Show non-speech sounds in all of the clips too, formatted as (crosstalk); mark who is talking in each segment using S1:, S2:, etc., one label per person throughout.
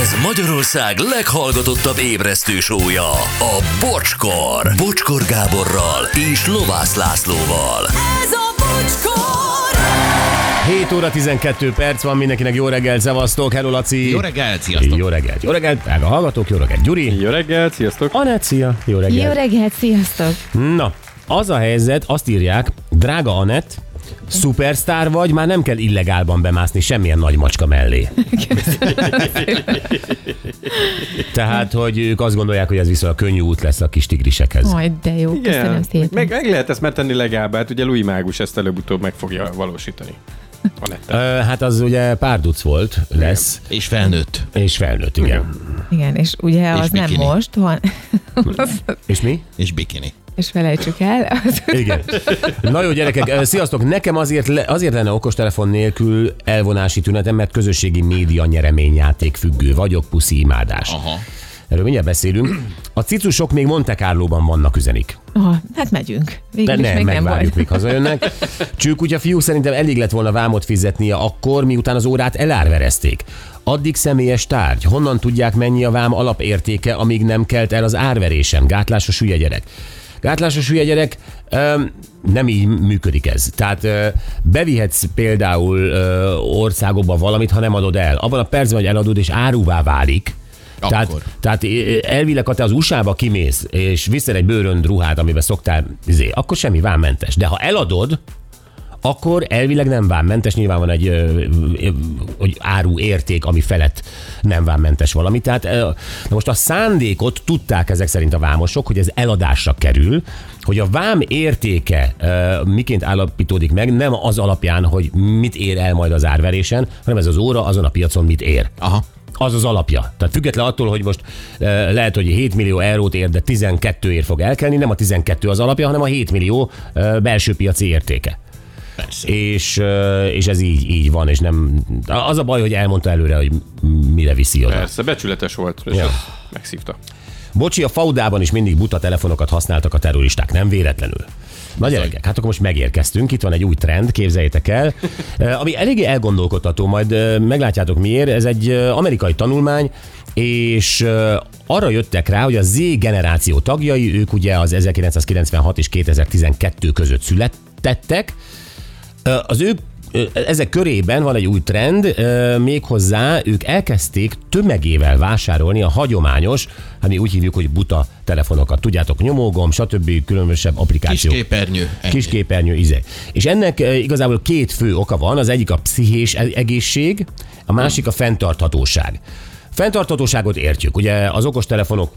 S1: Ez Magyarország leghallgatottabb ébresztő sója, a Bocskor. Bocskor Gáborral és Lovász Lászlóval.
S2: Ez a bocskor!
S3: 7 óra 12 perc van, mindenkinek jó reggel, szevasztok, hello Laci.
S4: Jó reggelt, sziasztok!
S3: Jó reggelt, jó reggelt, drága hallgatók, jó reggelt, Gyuri.
S5: Jó reggelt, sziasztok!
S3: Anett, szia, jó reggelt.
S6: Jó reggelt, sziasztok!
S3: Na, az a helyzet, azt írják, drága Anett, szupersztár vagy, már nem kell illegálban bemászni semmilyen nagy macska
S6: (laughs)
S3: mellé. Tehát, hogy ők azt gondolják, hogy ez viszonylag könnyű út lesz a kis tigrisekhez.
S6: Majd de jó, köszönöm szépen.
S5: Meg, meg lehet ezt megtenni legalább, hát ugye Louis Mágus ezt előbb-utóbb meg fogja valósítani.
S3: Ö,
S5: Anette.
S3: hát az ugye párduc volt, lesz,
S4: És felnőtt.
S3: és felnőtt, igen.
S6: Igen, és ugye
S4: És
S6: az nem
S4: bikini.
S6: most, van,
S3: És mi?
S4: És bikini.
S6: és felejtsük el, az
S3: Igen. Na jó, gyerekek, ö, sziasztok! Nekem azért, le, azért lenne okostelefon nélkül elvonási tünetem, mert közösségi média nyereményjáték függő vagyok, puszi imádás.
S4: Aha.
S3: Erről mindjárt beszélünk. A cicusok még Monte Carlóban vannak, üzenik.
S6: Aha, hát megyünk.
S3: De
S6: Végül is
S3: nem,
S6: még nem
S3: megvárjuk,
S6: volt.
S3: még hazajönnek. Csők, ugye fiú szerintem elég lett volna vámot fizetnie akkor, miután az órát elárverezték. Addig személyes tárgy. Honnan tudják, mennyi a vám alapértéke, amíg nem kelt el az árverésem? Gátlásos hülye gyerek. Gátlásos hülye gyerek, öm, nem így működik ez. Tehát ö, bevihetsz például ö, országokba valamit, ha nem adod el. Abban a percben, hogy eladod és áruvá válik, tehát,
S4: Akkor.
S3: tehát elvileg, ha te az USA-ba kimész, és viszel egy bőrönd ruhát, amiben szoktál, izé, akkor semmi vámmentes. De ha eladod, akkor elvileg nem vámmentes, nyilván van egy, ö, ö, hogy áru érték, ami felett nem vámmentes valami. Tehát ö, na most a szándékot tudták ezek szerint a vámosok, hogy ez eladásra kerül, hogy a vám értéke ö, miként állapítódik meg, nem az alapján, hogy mit ér el majd az árverésen, hanem ez az óra azon a piacon mit ér
S4: Aha.
S3: az az alapja. Tehát független attól, hogy most e, lehet, hogy 7 millió eurót ér, de 12 ér fog elkelni, nem a 12 az alapja, hanem a 7 millió e, belső piaci értéke.
S4: Persze.
S3: És, e, és ez így, így van, és nem... Az a baj, hogy elmondta előre, hogy mire viszi oda.
S5: Persze, becsületes volt, és
S3: Ja.
S5: ja. megszívta.
S3: Bocsi, a faudában is mindig buta telefonokat használtak a terroristák, nem véletlenül. Na gyerekek, hát akkor most megérkeztünk, itt van egy új trend, képzeljétek el, eh, ami eléggé elgondolkodható, majd eh, meglátjátok miért, ez egy eh, amerikai tanulmány, és eh, arra jöttek rá, hogy a Z generáció tagjai, ők ugye az 1996 és 2012 között születtettek, Ö, az ők ö, ezek körében van egy új trend, ö, méghozzá ők elkezdték tömegével vásárolni a hagyományos, hát mi úgy hívjuk, hogy buta telefonokat. Tudjátok, nyomógom, stb. különösebb
S4: Kis
S3: applikációk.
S4: képernyő. ennyi.
S3: Kisképernyő izé. És ennek eh, igazából két fő oka van, az egyik a pszichés e- egészség, a másik a fenntarthatóság. Fenntarthatóságot értjük, ugye az okostelefonok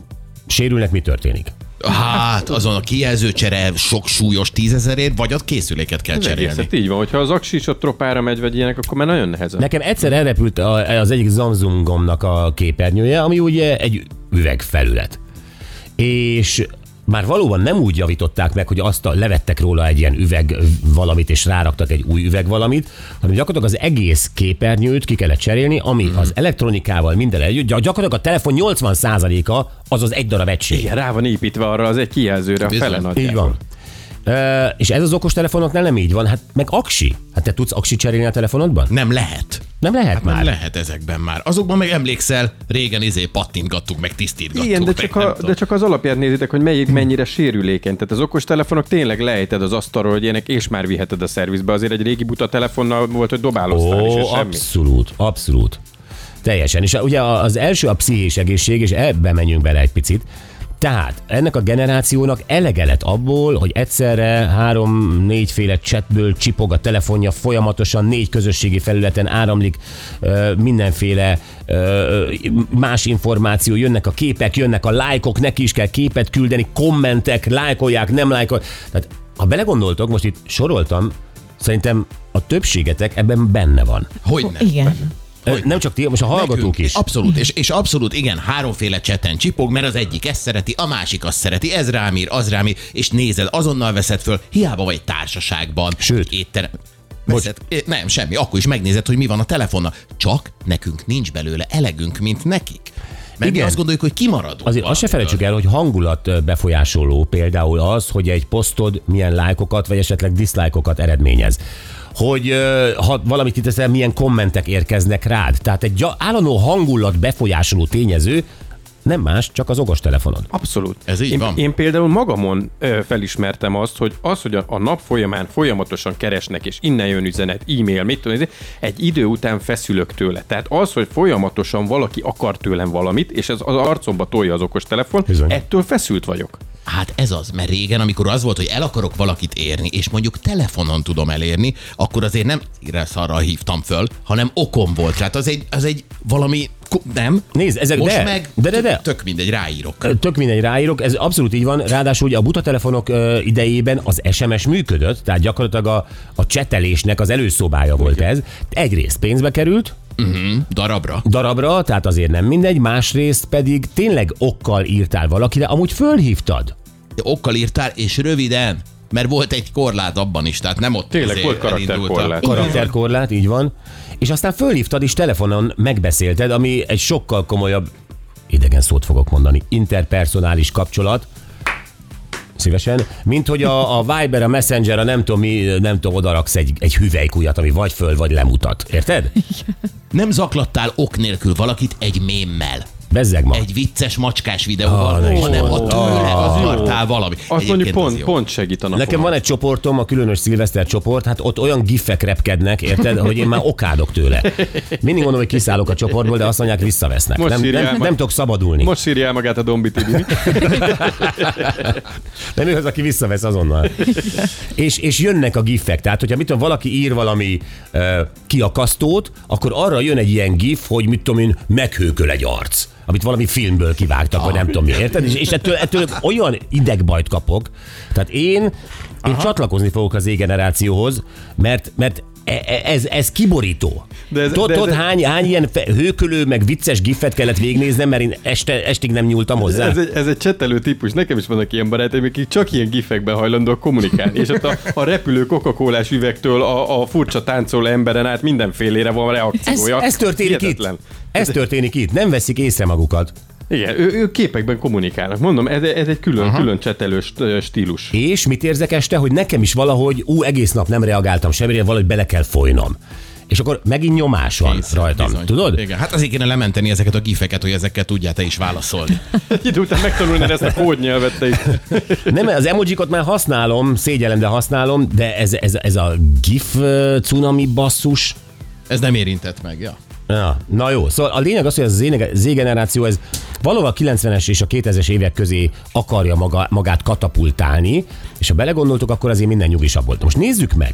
S3: sérülnek, mi történik?
S4: Hát, azon a kijelzőcsere sok súlyos tízezerért, vagy a készüléket kell
S5: Ez egész,
S4: cserélni.
S5: hát így van, hogyha az aksis a tropára megy, vagy ilyenek, akkor már nagyon nehezen. Ne.
S3: Nekem egyszer elrepült a, az egyik Samsungomnak a képernyője, ami ugye egy üvegfelület. És már valóban nem úgy javították meg, hogy azt a, levettek róla egy ilyen üveg valamit, és ráraktak egy új üveg valamit, hanem gyakorlatilag az egész képernyőt ki kellett cserélni, ami
S5: Mhm.
S3: az elektronikával minden együtt, gyak- gyakorlatilag a telefon 80%-a az az egy darab egység.
S5: Igen, rá van építve arra az egy kijelzőre, a
S4: Bizony.
S5: felen adják.
S3: Így van. Ö, és ez az okostelefonoknál nem így van, hát meg aksi. Hát te tudsz aksi cserélni a telefonodban?
S4: Nem lehet.
S3: Nem lehet
S5: Hát
S3: már.
S4: Nem lehet ezekben már. Azokban meg emlékszel, régen izé pattintgattuk, meg tisztítgattuk.
S5: Igen, de
S4: meg
S5: csak,
S4: nem
S5: a,
S4: tudom.
S5: de csak az alapján nézitek, hogy melyik mennyire sérülékeny. Tehát az okostelefonok tényleg lejted az asztalról, hogy ilyenek, és már viheted a szervizbe. Azért egy régi buta telefonnal volt, hogy dobáloztál, és ez semmi.
S3: abszolút, abszolút. Teljesen. És a- ugye a- az első a pszichés egészség, és ebbe menjünk bele egy picit. Tehát ennek a generációnak elege lett abból, hogy egyszerre három-négyféle chatből csipog a telefonja, folyamatosan négy közösségi felületen áramlik ö, mindenféle ö, más információ, jönnek a képek, jönnek a lájkok, neki is kell képet küldeni, kommentek, lájkolják, nem lájkolják. Tehát ha belegondoltok, most itt soroltam, szerintem a többségetek ebben benne van.
S4: Hogyne.
S6: Igen.
S3: Ö, Nem csak ti, most a hallgatók
S4: Nekünk.
S3: is.
S4: Abszolút, és, és abszolút igen, háromféle cseten csipog, mert az egyik ezt szereti, a másik azt szereti, ez rám ír, az rám ír, és nézed, azonnal veszed föl, hiába vagy társaságban.
S3: Sőt.
S4: étterem. Veszed, é, nem, semmi, akkor is megnézed, hogy mi van a telefonnal. Csak nekünk nincs belőle elegünk, mint nekik. Mert Igen.
S3: Igen.
S4: mi azt gondoljuk, hogy kimaradunk.
S3: Azért azt se
S4: valamiből.
S3: felejtsük el, hogy hangulat ö, befolyásoló például az, hogy egy posztod milyen lájkokat, vagy esetleg diszlájkokat eredményez. Hogy ö, ha valamit kiteszel, milyen kommentek érkeznek rád. Tehát egy gya- állandó hangulat befolyásoló tényező nem más, csak az okostelefonod.
S5: Abszolút.
S4: Ez így
S5: én,
S4: van.
S5: Én például magamon ö, felismertem azt, hogy az, hogy a, a nap folyamán folyamatosan keresnek, és innen jön üzenet, e-mail, mit tudom, én, egy idő után feszülök tőle. Tehát az, hogy folyamatosan valaki akar tőlem valamit, és ez az arcomba tolja az okostelefon,
S3: Bizony.
S5: Bizony. ettől feszült vagyok.
S4: Hát ez az, mert régen, amikor az volt, hogy el akarok valakit érni, és mondjuk telefonon tudom elérni, akkor azért nem szarra hívtam föl, hanem okom volt. Tehát az egy, az egy valami, ko- nem?
S3: Nézd, ezek
S4: Most
S3: de-
S4: meg
S3: de- de- de.
S4: tök mindegy, ráírok.
S3: Tök mindegy, ráírok, ez abszolút így van, ráadásul ugye a buta telefonok ö, idejében az SMS működött, tehát gyakorlatilag a, a csetelésnek az előszobája volt ez. Egyrészt pénzbe került,
S4: Mhm, Darabra.
S3: darabra, tehát azért nem mindegy, másrészt pedig tényleg okkal írtál valakire, amúgy fölhívtad.
S4: Okkal írtál, és röviden, mert volt egy korlát abban is, tehát nem ott
S5: Tényleg
S4: azért
S5: volt
S4: elindult a-
S5: karakterkorlát.
S3: Karakterkorlát, így van. És aztán fölhívtad, és telefonon megbeszélted, ami egy sokkal komolyabb, idegen szót fogok mondani, interpersonális kapcsolat, szívesen, mint hogy a, a Viber, a Messenger, a nem tudom mi, nem tudom, odaraksz egy, egy hüvelykujat, ami vagy föl, vagy lemutat. Érted?
S4: Nem zaklattál ok nélkül valakit egy mémmel.
S3: Bezzeg ma.
S4: Egy vicces macskás videóval,
S3: Ah, ne is
S4: hanem a
S3: mond.
S4: tőle
S5: Ah.
S4: akartál valami.
S5: Azt
S4: Egyébként
S5: mondjuk
S4: az
S5: pont,
S4: jó.
S5: pont segít a napon.
S3: Nekem van egy csoportom, a különös szilveszter csoport, hát ott olyan gifek repkednek, érted, hogy én már okádok tőle. Mindig mondom, hogy kiszállok a csoportból, de azt mondják, visszavesznek.
S5: Most
S3: Nem,
S5: írjál
S3: nem,
S5: ma-
S3: nem tudok szabadulni.
S5: Most sírja el magát a Dombi Tibi.
S3: Nem ő az, aki visszavesz
S5: (laughs)
S3: azonnal. és, és jönnek a gifek. Tehát, hogyha mit tudom, valaki ír valami ö, kiakasztót, akkor arra jön egy ilyen gif, hogy mit tudom én, meghőköl egy arc amit valami filmből kivágtak, vagy
S5: Ah.
S3: nem tudom mi, érted? És, és ettől, ettől olyan idegbajt kapok. Tehát én, én csatlakozni fogok az Z-generációhoz, mert, mert e- e- ez, ez kiborító.
S5: De ez-
S3: Tudod,
S5: de ez-
S3: tudod, hány, hány ilyen fe- hőkölő, meg vicces gifet kellett végignéznem, mert én este, estig nem nyúltam hozzá.
S5: Ez egy, ez egy csetelő típus, nekem is vannak ilyen barátaim, akik csak ilyen gifekben hajlandóak kommunikálni, és ott a, a repülő coca üvegtől a, a furcsa táncoló emberen át mindenfélére van
S3: Ez,
S5: reakciója.
S3: ez történik
S5: Hihetetlen.
S3: itt. Ez történik itt. Nem veszik észre magukat.
S5: Igen, ő, ők képekben kommunikálnak. Mondom, ez, ez egy külön, külön csetelő st- stílus.
S3: És mit érzek este, hogy nekem is valahogy, ú, egész nap nem reagáltam semmire, valahogy bele kell folynom. És akkor megint nyomás van
S4: Bizony,
S3: rajtam,
S4: bizony.
S3: tudod?
S4: Igen, hát azért kéne lementeni ezeket a gifeket, hogy ezeket tudjál te is válaszolni.
S5: Egy idő után megtanulnád ezt a kódnyelvet, te is.
S3: Nem, az emojikot már használom, szégyellem, de használom, de ez, ez, ez a gif ö, cunami basszus,
S4: Ez nem érintett meg, ja.
S3: Na, na jó, szóval a lényeg az, hogy ez a Z- Z-generáció, ez valahol a 90-es és a 2000-es évek közé akarja maga, magát katapultálni, és ha belegondoltuk, akkor azért minden nyugisabb volt. Most nézzük meg,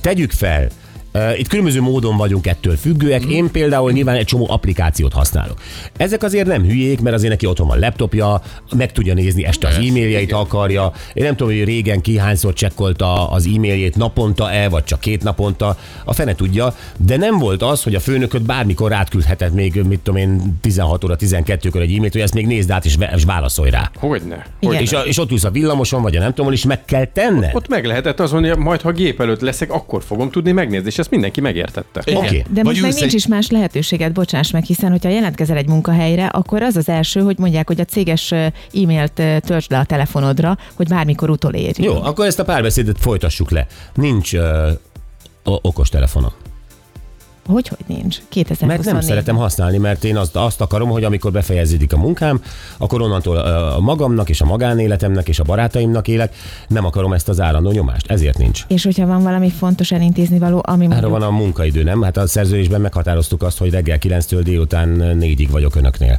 S3: tegyük fel, ö, itt különböző módon vagyunk ettől függőek.
S5: Mhm.
S3: Én például nyilván egy csomó applikációt használok. Ezek azért nem hülyék, mert azért neki otthon van laptopja, meg tudja nézni este az e-mailjeit, ha akarja. Én nem tudom, hogy régen ki hányszor csekkolta az e-mailjét naponta-e, vagy csak két naponta. A fene tudja, de nem volt az, hogy a főnököt bármikor átküldhetett még, mit tudom én, 16 óra, 12-kor egy e-mailt, hogy ezt még nézd át és, ve- és válaszolj rá.
S5: Hogyne?
S6: Igen.
S3: És, a, és ott ülsz a villamoson, vagy a nem tudom, hol, és meg kell tenned.
S5: Ott meg lehetett az mondani, hogy majd ha gép előtt leszek, akkor fogom tudni megnézni, és ezt mindenki megértette.
S3: Oké.
S4: Igen.
S6: De
S4: Vagy
S6: most meg
S4: ülsz
S6: nincs
S4: egy-
S6: is más lehetőséget, bocsáss meg, hiszen hogyha jelentkezel egy munkahelyre, akkor az az első, hogy mondják, hogy a céges ö, e-mailt ö, töltsd le a telefonodra, hogy bármikor utolérj.
S3: Jó, akkor ezt a párbeszédet folytassuk le. Nincs uh, okos telefonom.
S6: Hogy, hogy nincs? 2024.
S3: Mert nem szeretem használni, mert én azt, azt akarom, hogy amikor befejeződik a munkám, akkor onnantól ö, a magamnak és a magánéletemnek és a barátaimnak élek, nem akarom ezt az állandó nyomást, ezért nincs.
S6: És hogyha van valami fontos elintézni való, ami
S3: Erre
S6: mondjuk
S3: van a munkaidő, nem? Hát a szerződésben meghatároztuk azt, hogy reggel 9-től délután 4-ig vagyok önöknél.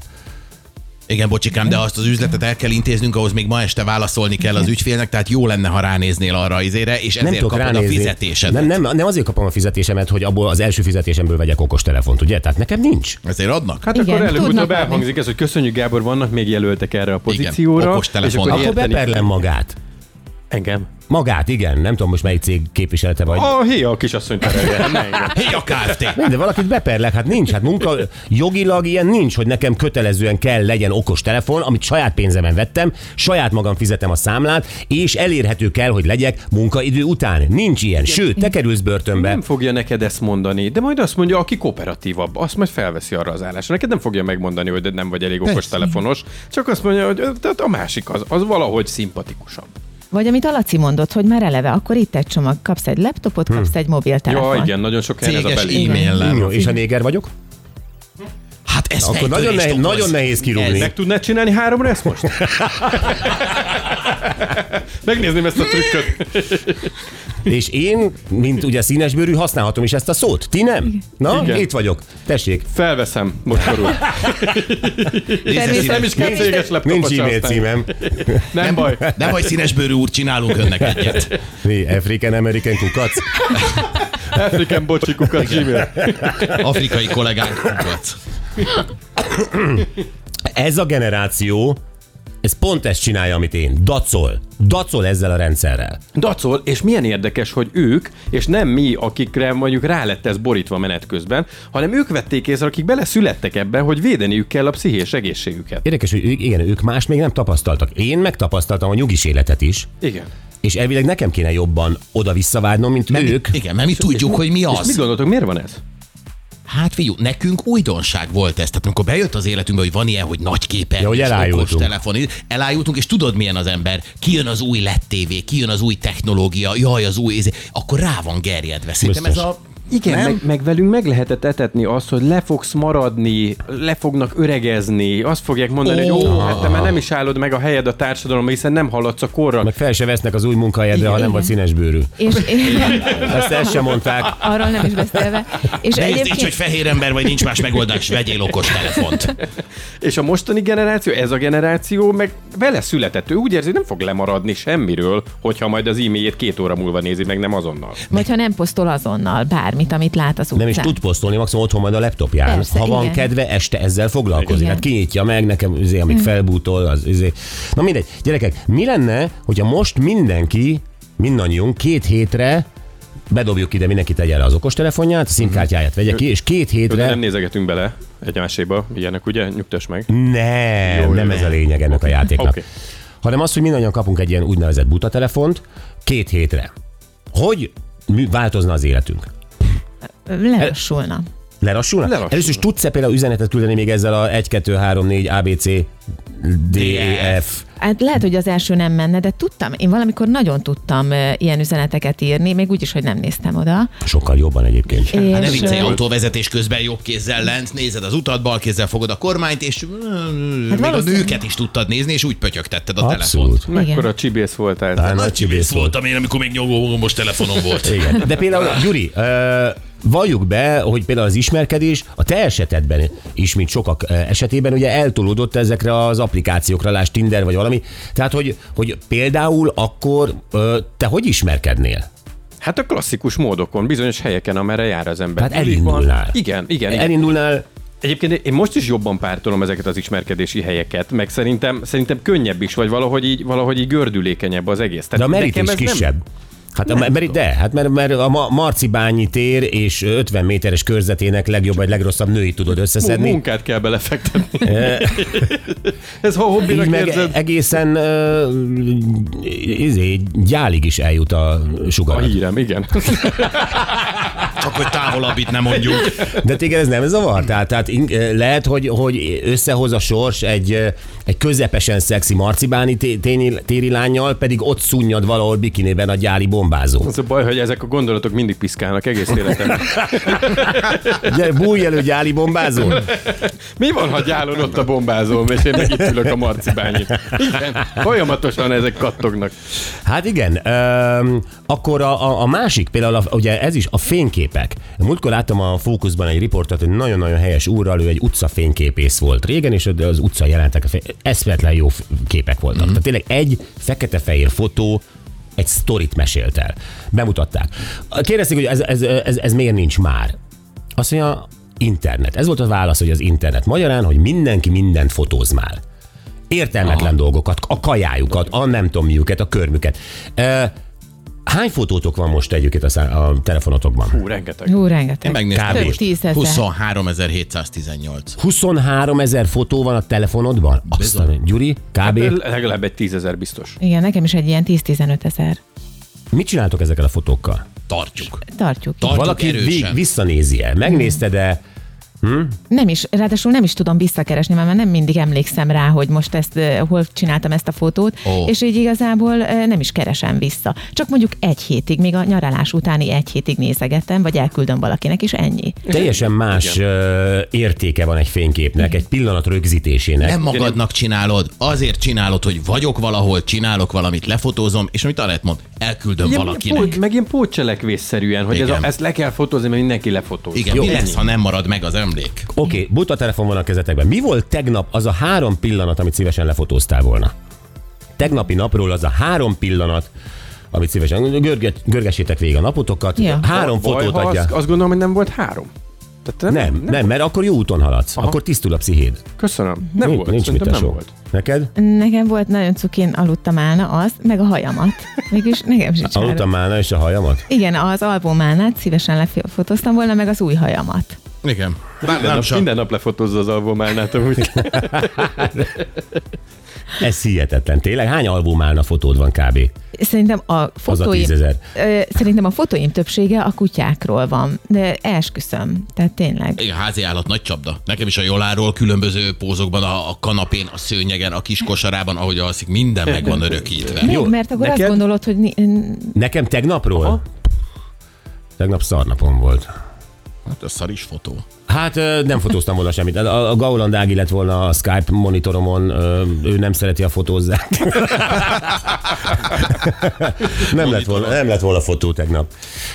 S4: Igen, bocsikám, de azt az üzletet el kell intéznünk, ahhoz még ma este válaszolni kell az ügyfélnek, tehát jó lenne, ha ránéznél arra izére, és
S3: Nem
S4: ezért
S3: tudok
S4: kapod
S3: ránézni.
S4: a fizetésedet.
S3: Nem, nem, nem azért kapom a fizetésemet, hogy abból az első fizetésemből vegyek okostelefont, ugye? Tehát nekem nincs.
S4: Ezért adnak?
S5: Hát
S6: Igen,
S5: akkor
S6: tudnak
S5: előbb-utóbb
S6: adni.
S5: elhangzik ez, hogy köszönjük Gábor, vannak még jelöltek erre a
S4: Igen,
S5: pozícióra.
S4: okostelefon.
S5: és akkor
S4: Érteni.
S3: Akkor
S5: érteni-
S3: beperlem magát.
S5: Engem.
S3: Magát, igen, nem tudom most melyik cég képviselete vagy.
S5: A héja a kisasszony terelje. nem engem.
S6: Hát-
S4: Hey, a Kft.
S3: De valakit beperlek, hát nincs, hát munka jogilag ilyen nincs, hogy nekem kötelezően kell legyen okos telefon, amit saját pénzemen vettem, saját magam fizetem a számlát, és elérhető kell, hogy legyek munkaidő után. Nincs ilyen, sőt, te kerülsz börtönbe.
S5: Nem fogja neked ezt mondani, de majd azt mondja, aki kooperatívabb, azt majd felveszi arra az állásra. Neked nem fogja megmondani, hogy nem vagy elég okos
S4: Persze.
S5: telefonos, csak azt mondja, hogy ö, tehát a másik az, az valahogy szimpatikusabb.
S6: Vagy amit Alaci mondott, hogy már eleve, akkor itt egy csomag, kapsz egy laptopot, kapsz egy mobiltelefon.
S5: Ja, igen, nagyon sok helyen ez a
S4: Céges
S5: belé.
S4: e-mail.
S3: Jó, és a néger vagyok?
S4: Hát ez
S3: Akkor
S4: fejtörést
S3: nagyon nehéz,
S4: okoz.
S3: nagyon nehéz kirúgni.
S5: Meg tudnád csinálni háromra ezt most? (laughs) Megnézném ezt a trükköt.
S3: És én, mint ugye színesbőrű, használhatom is ezt a szót. Ti nem? Na,
S5: Igen.
S3: itt vagyok. Tessék.
S5: Felveszem, bocskorul.
S4: Nézze,
S5: Nem is kell céges laptopot
S3: Nincs
S5: se
S3: e-mail
S5: használni.
S3: címem.
S5: Nem
S4: Nem
S5: baj.
S4: baj. Nem baj, színesbőrű úr, csinálunk önnek egyet.
S3: Mi, African American kukac?
S5: African bocsikukat Gmail.
S4: Afrikai kollégánk kukac.
S3: Ez a generáció, ez pont ezt csinálja, amit én. Dacol. Dacol ezzel a rendszerrel.
S5: Dacol, és milyen érdekes, hogy ők, és nem mi, akikre mondjuk rá lett ez borítva menet közben, hanem ők vették észre, akik beleszülettek ebbe, hogy védeniük kell a pszichés egészségüket.
S3: Érdekes, hogy ők, igen, ők más még nem tapasztaltak. Én megtapasztaltam a nyugis életet is,
S5: Igen.
S3: és elvileg nekem kéne jobban oda-visszavágnom, mint Meg ők.
S4: Igen, mert mi tudjuk, hogy mi
S5: Az. Mit
S4: az.
S5: gondoltok, miért van ez?
S4: Hát fiú, nekünk újdonság volt ez. Tehát amikor bejött az életünkbe, hogy van ilyen, hogy nagy képen,
S3: Ja, hogy elájultunk.
S4: telefon, elájultunk, és tudod milyen az ember. Kijön az új lett tévé, kijön az új technológia, jaj, az új ézé, akkor rá van gerjedve. Szerintem ez
S3: Biztos.
S4: a...
S5: Igen,
S4: Nem?
S5: meg, meg velünk meg lehetett etetni azt, hogy le fogsz maradni, le fognak öregezni, azt fogják mondani, oh. hogy ó, hát te már nem is állod meg a helyed a társadalomban, hiszen nem haladsz a korral.
S3: Meg fel se vesznek az új munkahelyedre, ha nem
S6: igen.
S3: vagy színesbőrű.
S4: (laughs)
S6: És, és
S3: Ezt el sem mondták.
S6: arról nem is beszélve. És
S4: Nézd így, hogy
S6: egyébként
S4: fehér ember vagy, nincs más megoldás, vegyél okos telefont.
S5: És a mostani generáció, ez a generáció, meg vele született, ő úgy érzi, hogy nem fog lemaradni semmiről, hogyha majd az e-mailjét két óra múlva nézi, meg nem azonnal.
S6: vagy ha nem posztol azonnal bármit, amit lát az utcán.
S3: Nem is tud posztolni, maximum otthon majd a laptopján.
S6: Persze,
S3: ha van
S6: igen.
S3: kedve, este ezzel foglalkozik.
S6: Igen. Mhm.
S3: Hát kinyitja meg, nekem izé, amíg felbútol, az izé. Na mindegy, gyerekek, mi lenne, hogyha most mindenki, mindannyiunk két hétre bedobjuk ide, mindenki tegye le az okostelefonját, a szimkártyáját vegye ki, és két
S5: Mhm. De nem
S3: hétre...
S5: nézegetünk bele egymáséba, ilyenek, ugye? Nyugtass meg.
S3: Nem,
S5: Jó,
S3: nem
S5: jó.
S3: ez a lényeg ennek a játéknak.
S5: Oké.
S3: Hanem az, hogy mindannyian kapunk egy ilyen úgynevezett buta telefont két hétre. Hogy mű- változna az életünk?
S6: Lelassulna.
S3: Lelassulna?
S5: Lelassulna.
S3: Először is tudsz-e például üzenetet küldeni még ezzel a 1, 2, 3, 4, ABC, D, E, F?
S6: Hát lehet, hogy az első nem menne, de tudtam, én valamikor nagyon tudtam ö, ilyen üzeneteket írni, még úgy is, hogy nem néztem oda.
S3: Sokkal jobban egyébként.
S6: És,
S4: Hát ne viccelj,
S6: ö,
S4: autóvezetés közben jobb kézzel lent, nézed az utat, bal kézzel fogod a kormányt, és hát még a
S6: valószínű.
S4: nőket is tudtad nézni, és úgy pötyögtetted a telefont.
S3: Abszolút.
S5: Mekkora csibész voltál.
S3: Á, nagy csibész
S4: Ezt
S3: volt.
S4: voltam én, amikor még nyomós telefonom volt.
S3: Igen. De például, Gyuri, ö, valljuk be, hogy például az ismerkedés a te esetedben is, mint sokak ö, esetében, ugye eltolódott ezekre az applikációkra, lásd Tinder vagy valami. Tehát, hogy, hogy például akkor ö, te hogy ismerkednél?
S5: Hát a klasszikus módokon, bizonyos helyeken, amerre jár az ember.
S3: Tehát
S5: Bulikban.
S3: Hát elindulnál.
S5: Igen, igen. igen.
S3: Elindulnál
S5: Egyébként én most is jobban pártolom ezeket az ismerkedési helyeket, meg szerintem, szerintem könnyebb is, vagy valahogy így, valahogy így gördülékenyebb az egész.
S3: De a
S5: Tehát Hát nekem
S3: merítés
S5: ez nem-
S3: kisebb. Hát a merít, de, hát mert, mert a Ma- Marcibányi tér és 50 méteres körzetének legjobb vagy legrosszabb női tudod
S5: Mu-
S3: összeszedni.
S5: Munkát kell
S3: (laughs)
S5: belefektetni. Ez ha
S3: Eh.
S5: hobbinak
S3: Így meg
S5: érzed.
S3: egészen uh, izé, gyálig is eljut a
S5: A
S3: sugarat.
S5: hírem, igen. (laughs)
S4: Csak hogy távolabbit nem mondjuk.
S3: De téged ez nem zavar? Tehát, tehát in- ö, lehet, hogy, hogy összehoz a sors egy, ö, egy közepesen szexi marcibáni té- téni- téri lányjal, pedig ott szunnyad valahol bikinében a gyári
S5: (laughs)
S3: bombázó.
S5: Az a baj, hogy ezek a gondolatok mindig piszkálnak egész életemben.
S3: Gyere, bújj elő gyári bombázó!
S5: Mi van, ha gyálon ott a bombázóm, és én meg itt ülök a marcibányit? Igen, folyamatosan ezek kattognak.
S3: Hát igen, öm, akkor a, a, a másik, például a, ugye ez is a fényképek. Múltkor láttam a Fókuszban egy riportot, egy nagyon-nagyon helyes úrral, ő egy utcafényképész volt régen, és az utca jelentek, a fény- eszmetlen jó f- képek voltak. Tehát tényleg egy fekete-fehér fotó egy sztorit mesélt el. Bemutatták. Kérdezték, hogy ez, ez, ez, ez miért nincs már. Azt mondja, internet. Ez volt a válasz, hogy az internet. Magyarán, hogy mindenki mindent fotóz már. értelmetlen Aha. dolgokat, a kajájukat, a nem tudom miüket, a körmüket. E, hány fotótok van most egyébként a, szá- a telefonotokban?
S5: Hú, rengeteg.
S6: Hú, rengeteg.
S4: Én megnéztem
S3: Kb.
S6: Több
S4: most.
S6: tízezer.
S4: 23718.
S3: 23 ezer fotó van a telefonodban? Azt a Gyuri, kb.
S5: Hát legalább egy tízezer biztos.
S6: Igen, nekem is egy ilyen 10-15 ezer.
S3: Mit csináltok ezekkel a fotókkal?
S4: Tartjuk.
S6: Tartjuk.
S4: Tartjuk
S3: Valaki vi-
S4: erősen.
S3: visszanézi-e? Megnézte, de
S6: Nem is, ráadásul nem is tudom visszakeresni, mert már nem mindig emlékszem rá, hogy most ezt, eh, hol csináltam ezt a fotót,
S4: Ó.
S6: oh. és így igazából eh, nem is keresem vissza. Csak mondjuk egy hétig, még a nyaralás utáni egy hétig nézegetem, vagy elküldöm valakinek, és ennyi.
S3: teljesen más ö, értéke van egy fényképnek, egy pillanat rögzítésének.
S4: Nem magadnak csinálod, azért csinálod, hogy vagyok valahol, csinálok valamit, lefotózom, és amit Arett mond, elküldöm
S5: Ilyen
S4: valakinek.
S5: pót- Meg ilyen pótcselekvésszerűen, hogy ez a,
S4: Igen.
S5: ezt le kell fotózni, mert mindenki lefotóz.
S4: Igen,
S3: Jó,
S4: mi lesz,
S3: ennyi.
S4: ha nem marad meg az emlék?
S3: Oké, okay, buta telefon van a kezetekben. Mi volt tegnap az a három pillanat, amit szívesen lefotóztál volna? Tegnapi napról az a három pillanat, amit szívesen... Görget, görgessétek végig a napotokat.
S6: Ja.
S3: Három
S5: Baj,
S3: fotót
S5: ha
S3: adja.
S5: Azt, azt gondolom, hogy nem volt három. Tehát
S3: Nem, nem, mert akkor jó úton haladsz. Aha. Akkor tisztul a pszichét.
S5: Köszönöm. Nem
S3: nincs,
S5: volt.
S3: nincs mit
S5: Szerintem
S3: tesó.
S5: nem volt.
S3: Neked?
S6: Nekem volt nagyon cukin, aludtam állna az, meg a hajamat. Mégis nekem sincs
S3: Aludtam már és a hajamat?
S6: Igen, az albumánát szívesen lefotóztam volna, meg az új hajamat.
S4: Igen. Bár
S5: Minden
S4: nem
S5: nap,
S4: sok.
S5: minden nap lefotózza az albumánát,
S3: (laughs)
S5: amúgy.
S3: Ez hihetetlen. Tényleg hány albumálna fotód van kb?
S6: Szerintem a fotóim,
S3: 10.000.
S6: ö, szerintem a fotóim többsége a kutyákról van, de esküszöm, tehát tényleg.
S4: Igen, házi állat nagy csapda. Nekem is a Joláról különböző pózokban, a, a kanapén, a szőnyegen, a kis kosarában, ahogy alszik, minden meg van örökítve.
S3: Jó,
S6: Jó, mert akkor
S3: neked?
S6: azt gondolod, hogy ni- n-
S3: Nekem tegnapról? Aha. Tegnap szarnapom volt.
S4: Hát a szar is fotó.
S3: Hát ö, nem fotóztam volna semmit. A, a Gauland Ági lett volna a Skype monitoromon, ö, ő nem szereti a fotózást. (laughs) nem, lett volna, nem lett volna fotó tegnap.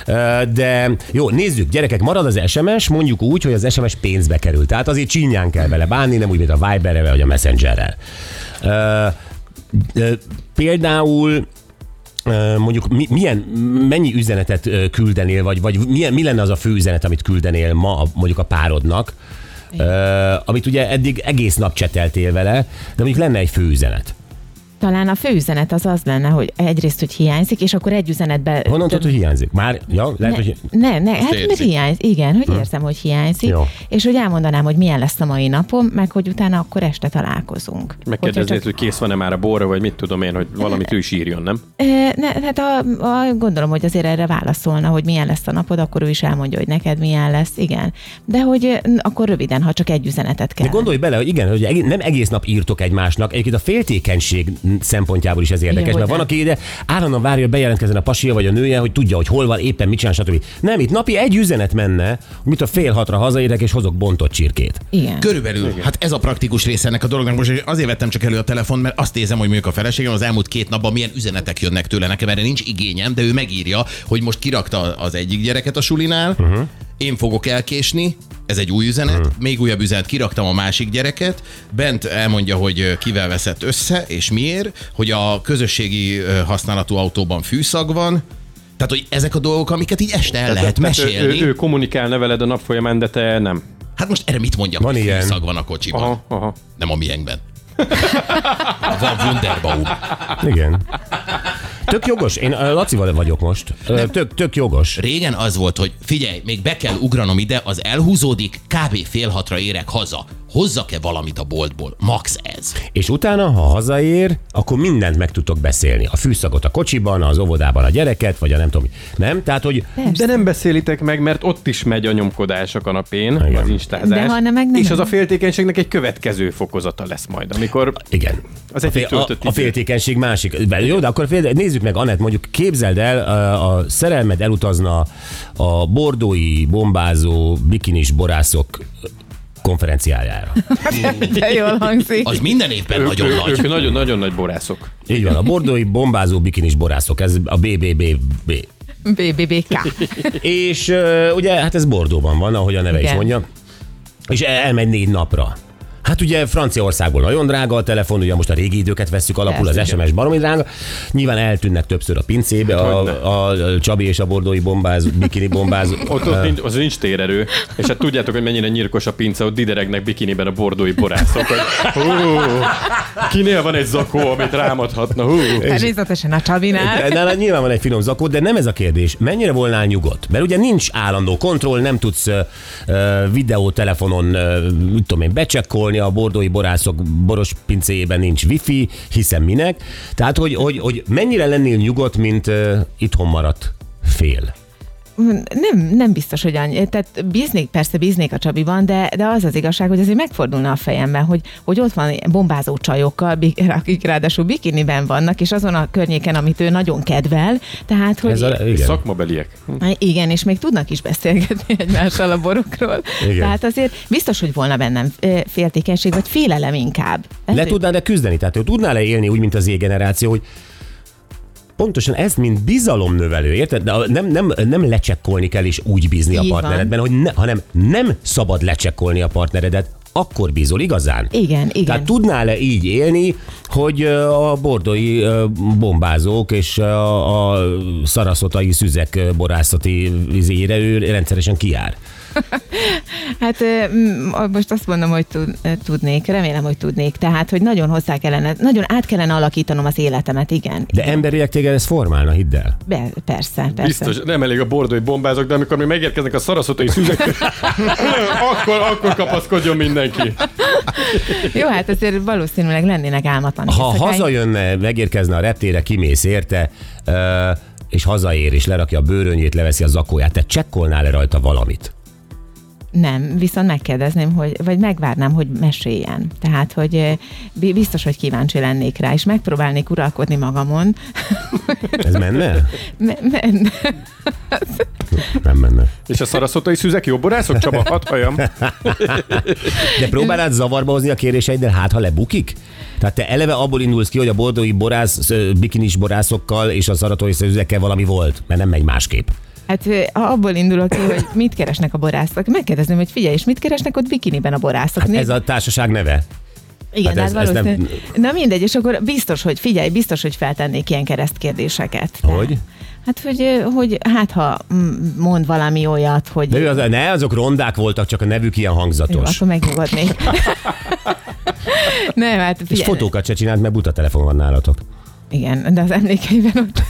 S3: Ö, De jó, nézzük, gyerekek, marad az SMS, mondjuk úgy, hogy az SMS pénzbe kerül. Tehát azért csinyán kell vele bánni, nem úgy, mint a Viberrel vagy a Messengerrel. Ö, ö, Például Ö, mondjuk mi, milyen, mennyi üzenetet ö, küldenél, vagy, vagy milyen, mi lenne az a fő üzenet, amit küldenél ma a, mondjuk a párodnak, ö, amit ugye eddig egész nap cseteltél vele, de mondjuk lenne egy fő üzenet.
S6: talán a fő üzenet az az lenne, hogy egyrészt, hogy hiányzik, és akkor egy üzenetben...
S3: Honnan tudod, hogy hiányzik? Már, ja, lehet,
S6: ne,
S3: hogy... Hm.
S6: ne, ne, hát mert
S4: érzi.
S6: hiányzik, igen, hogy érzem, hogy hiányzik,
S3: Jó.
S6: és hogy elmondanám, hogy milyen lesz a mai napom, meg hogy utána akkor este találkozunk. Hogyha
S5: Megkérdeznéd,
S6: csak-
S5: hogy kész van-e már a borra, vagy mit tudom én, hogy valamit ő is írjon, nem?
S6: Ö, Ne, hát a, a, gondolom, hogy azért erre válaszolna, hogy milyen lesz a napod, akkor ő is elmondja, hogy neked milyen lesz, igen. De hogy ö, n- akkor röviden, ha csak egy üzenetet kell.
S3: De gondolj bele, hogy igen, hogy egész- nem egész nap írtok egymásnak, egyébként a féltékenység szempontjából is ez érdekes,
S6: hogy
S3: mert van,
S6: nem.
S3: aki ide állandóan várja, hogy bejelentkezzen a pasia vagy a nője, hogy tudja, hogy hol van, éppen mit csinál, stb. Nem, itt napi egy üzenet menne, hogy mit a fél hatra hazaérek és hozok bontott csirkét.
S6: Igen.
S4: Körülbelül. Igen. Hát ez a praktikus része ennek a dolognak. Most és azért vettem csak elő a telefon, mert azt nézem, hogy mondjuk a feleségem az elmúlt két napban milyen üzenetek jönnek tőle. Nekem erre nincs igényem, de ő megírja, hogy most kirakta az egyik gyereket a sulinál, uh-huh. én fogok elkésni, ez egy új üzenet, uh-huh. még újabb üzenet, kiraktam a másik gyereket, bent elmondja, hogy ö, kivel veszett össze, és miért, hogy a közösségi ö, használatú autóban fűszag van, tehát, hogy ezek a dolgok, amiket így este el lehet
S5: Tehát ő,
S4: mesélni.
S5: ő, ő kommunikálna veled a nap folyamán, de te nem.
S4: Hát most erre mit mondjak,
S3: Van
S4: hogy
S3: ilyen.
S4: fűszag van a kocsiban?
S5: Aha, aha.
S4: Nem a miénkben. Van Wunderbaum.
S3: Igen. Tök jogos. Én ö, Lacival vagyok most. Ö, Tök, tök jogos.
S4: Régen az volt, hogy figyelj, még be kell ugranom ide, az elhúzódik, kb. fél hatra érek haza. Hozzak-e valamit a boltból? Max ez.
S3: És utána, ha hazaér, akkor mindent meg tudtok beszélni. A fűszagot a kocsiban, az óvodában a gyereket, vagy a nem tudom mi. Nem? Tehát, hogy
S5: De nem beszélitek meg, mert ott is megy a nyomkodás a kanapén, Igen. az instázás.
S6: De ha nem, meg nem.
S5: és az a féltékenységnek egy következő fokozata lesz majd, amikor
S3: igen.
S5: az egy
S3: Fél- A, a féltékenység másik. Be- Jó, de akkor fél, nézzük meg, Anett, mondjuk képzeld el, a, a szerelmed elutazna a bordói bombázó bikinis borászok konferenciájára.
S6: De (laughs) jól hangzik.
S4: Az minden évben
S5: Ők-
S4: nagyon
S5: ők-
S4: nagy.
S5: Ők nagyon-nagyon nagy borászok.
S3: Így van, a bordói bombázó bikinis borászok, ez a BBBB.
S6: BBBK.
S3: És ö, ugye, hát ez Bordóban van, ahogy a neve is
S6: Igen.
S3: mondja. És el- elmegy négy napra. Hát hát ugye Franciaországból nagyon drága a telefon, ugye most a régi időket veszük alapul, az
S6: Persze.
S3: SMS baromi drága. Nyilván eltűnnek többször a pincébe, a, a, a Csabi és a bordói bombáz, bikini bombáz.
S5: Ott, ott nincs, az nincs térerő, és hát tudjátok, hogy mennyire nyírkos a pince, ott dideregnek bikiniben a bordói borászok, hogy hú, kinél van egy zakó, amit rámadhatna, hú.
S6: Természetesen a Csabinál.
S3: De hát nyilván van egy finom zakó, de nem ez a kérdés. Mennyire volnál nyugodt? Mert ugye nincs állandó kontroll, nem tudsz ö, ö, videótelefonon, ö, mit tudom én, becsekkolni, a bordói borászok boros pincéjében nincs wifi, hiszen minek. Tehát, hogy, hogy, hogy mennyire lennél nyugodt, mint ö, itthon maradt fél.
S6: Nem, nem biztos, hogy annyi. Tehát bíznék, persze bíznék a Csabiban, de, de az az igazság, hogy azért megfordulna a fejemben, hogy, hogy ott van ilyen bombázó csajokkal, bi- (laughs) akik ráadásul bikiniben vannak, és azon a környéken, amit ő nagyon kedvel. Tehát, hogy
S3: Ez a, igen.
S5: Szakmabeliek.
S6: Igen, és még tudnak is beszélgetni (laughs) egymással a borokról.
S3: Igen.
S6: Tehát azért biztos, hogy volna bennem ö, féltékenység, vagy félelem inkább.
S3: Le
S6: Lehet, hogy-
S3: tudnál-e küzdeni? Tehát ő tudnál-e élni úgy, mint az Z-generáció, hogy Pontosan ez, mint bizalomnövelő, érted? De a- nem, nem, nem lecsekkolni kell és úgy bízni a
S6: Így van.
S3: partneredben, hogy ne, hanem nem szabad lecsekkolni a partneredet, akkor bízol igazán.
S6: Igen,
S3: Tehát
S6: igen.
S3: tudnál-e így élni, hogy ö, a bordói ö, bombázók és a, a szaraszotai szüzek ö, borászati vizére ő rendszeresen kiár?
S6: Hát ö, m, a- most azt mondom, hogy tud- ö, tudnék, remélem, hogy tudnék. Tehát, hogy nagyon hozzá kellene, nagyon át kellene alakítanom az életemet, igen.
S3: De emberileg téged ez formálna, hidd el.
S6: Be, persze, persze.
S5: Biztos, nem elég a bordói bombázók, de amikor mi megérkeznek a szaraszotai szüzek, akkor, akkor kapaszkodjon mindenki.
S6: Jó, hát azért valószínűleg lennének álmatlan
S3: Ha
S6: éjszakáim.
S3: hazajönne, megérkezne a reptére, kimész érte, ö, és hazaér, és lerakja a bőrönyét, leveszi a zakóját, te csekkolnál-e rajta valamit?
S6: Nem, viszont megkérdezném, hogy, vagy megvárnám, hogy meséljen. Tehát, hogy ö, bi- biztos, hogy kíváncsi lennék rá, és megpróbálnék uralkodni magamon. (laughs)
S3: Ez menne?
S6: Me- me-
S3: Nem menne.
S5: És a szaraszotai szüzek jó borászok, Csaba, hadd halljam.
S3: De próbálnád zavarba hozni a kéréseiddel, hát ha lebukik? Tehát te eleve abból indulsz ki, hogy a bordói borász, ö, bikinis borászokkal és a szaratói szőzekkel valami volt, mert nem megy másképp.
S6: Hát ö, ha abból indulok ki, hogy mit keresnek a borászok. Megkérdezném, hogy figyelj, és mit keresnek ott bikiniben a borászok?
S3: Hát
S6: Né-
S3: ez a társaság neve.
S6: Igen,
S3: Hát
S6: hát,
S3: ez-
S6: hát
S3: ez nem-
S6: valószínűleg. Nem... Na mindegy, és akkor biztos, hogy figyelj, biztos, hogy feltennék ilyen keresztkérdéseket. Tehát-
S3: Hogy?
S6: Hát, hogy, ö, hogy hát ha mm, mond valami olyat, hogy...
S3: De ő az, ne, azok rondák voltak, csak a nevük ilyen
S6: Jó,
S3: hangzatos.
S6: akkor
S3: (laughs)
S6: megnyugodnék. Nem, hát
S3: És
S6: figyelj.
S3: fotókat se csinált, mert buta telefon van nálatok.
S6: Igen, de az emlékeiben ott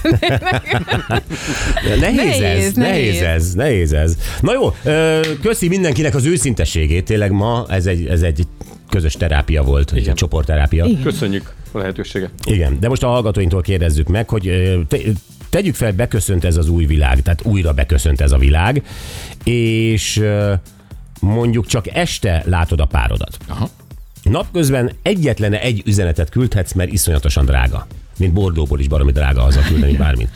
S3: (laughs) Nehéz, nehéz
S6: Nehéz,
S3: ez, nehéz. nehéz
S6: nehéz.
S3: ez, nehéz ez. Na jó, ö, köszi mindenkinek az őszintességét, tényleg ma ez egy, ez egy közös terápia volt, Igen. egy csoportterápia. Igen.
S6: Igen.
S5: Köszönjük a lehetőséget.
S3: Igen, de most a hallgatóinktól kérdezzük meg, hogy ö, te, tegyük fel, beköszönt ez az új világ, tehát újra beköszönt ez a világ, és ö, mondjuk csak este látod a párodat.
S4: Aha.
S3: Napközben egyetlen egy üzenetet küldhetsz, mert iszonyatosan drága. Mint Bordóból is baromi drága az a küldeni bármit.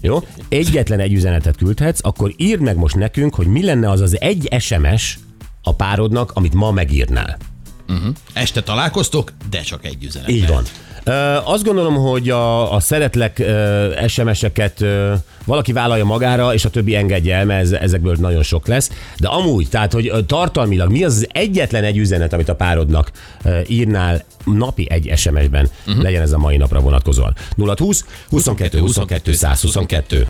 S3: Jó? Egyetlen egy üzenetet küldhetsz, akkor írd meg most nekünk, hogy mi lenne az az egy SMS a párodnak, amit ma megírnál.
S4: Este találkoztok, de csak egy üzenet.
S3: Így van. Ö, azt gondolom, hogy a, a szeretlek ö, SMS-eket ö, valaki vállalja magára, és a többi engedje el, mert ez, ezekből nagyon sok lesz. De amúgy, tehát, hogy ö, tartalmilag mi az az egyetlen egy üzenet, amit a párodnak ö, írnál napi egy Mhm. SMS-ben, uh-huh. legyen ez a mai napra vonatkozóan. 0 20 22 22 122.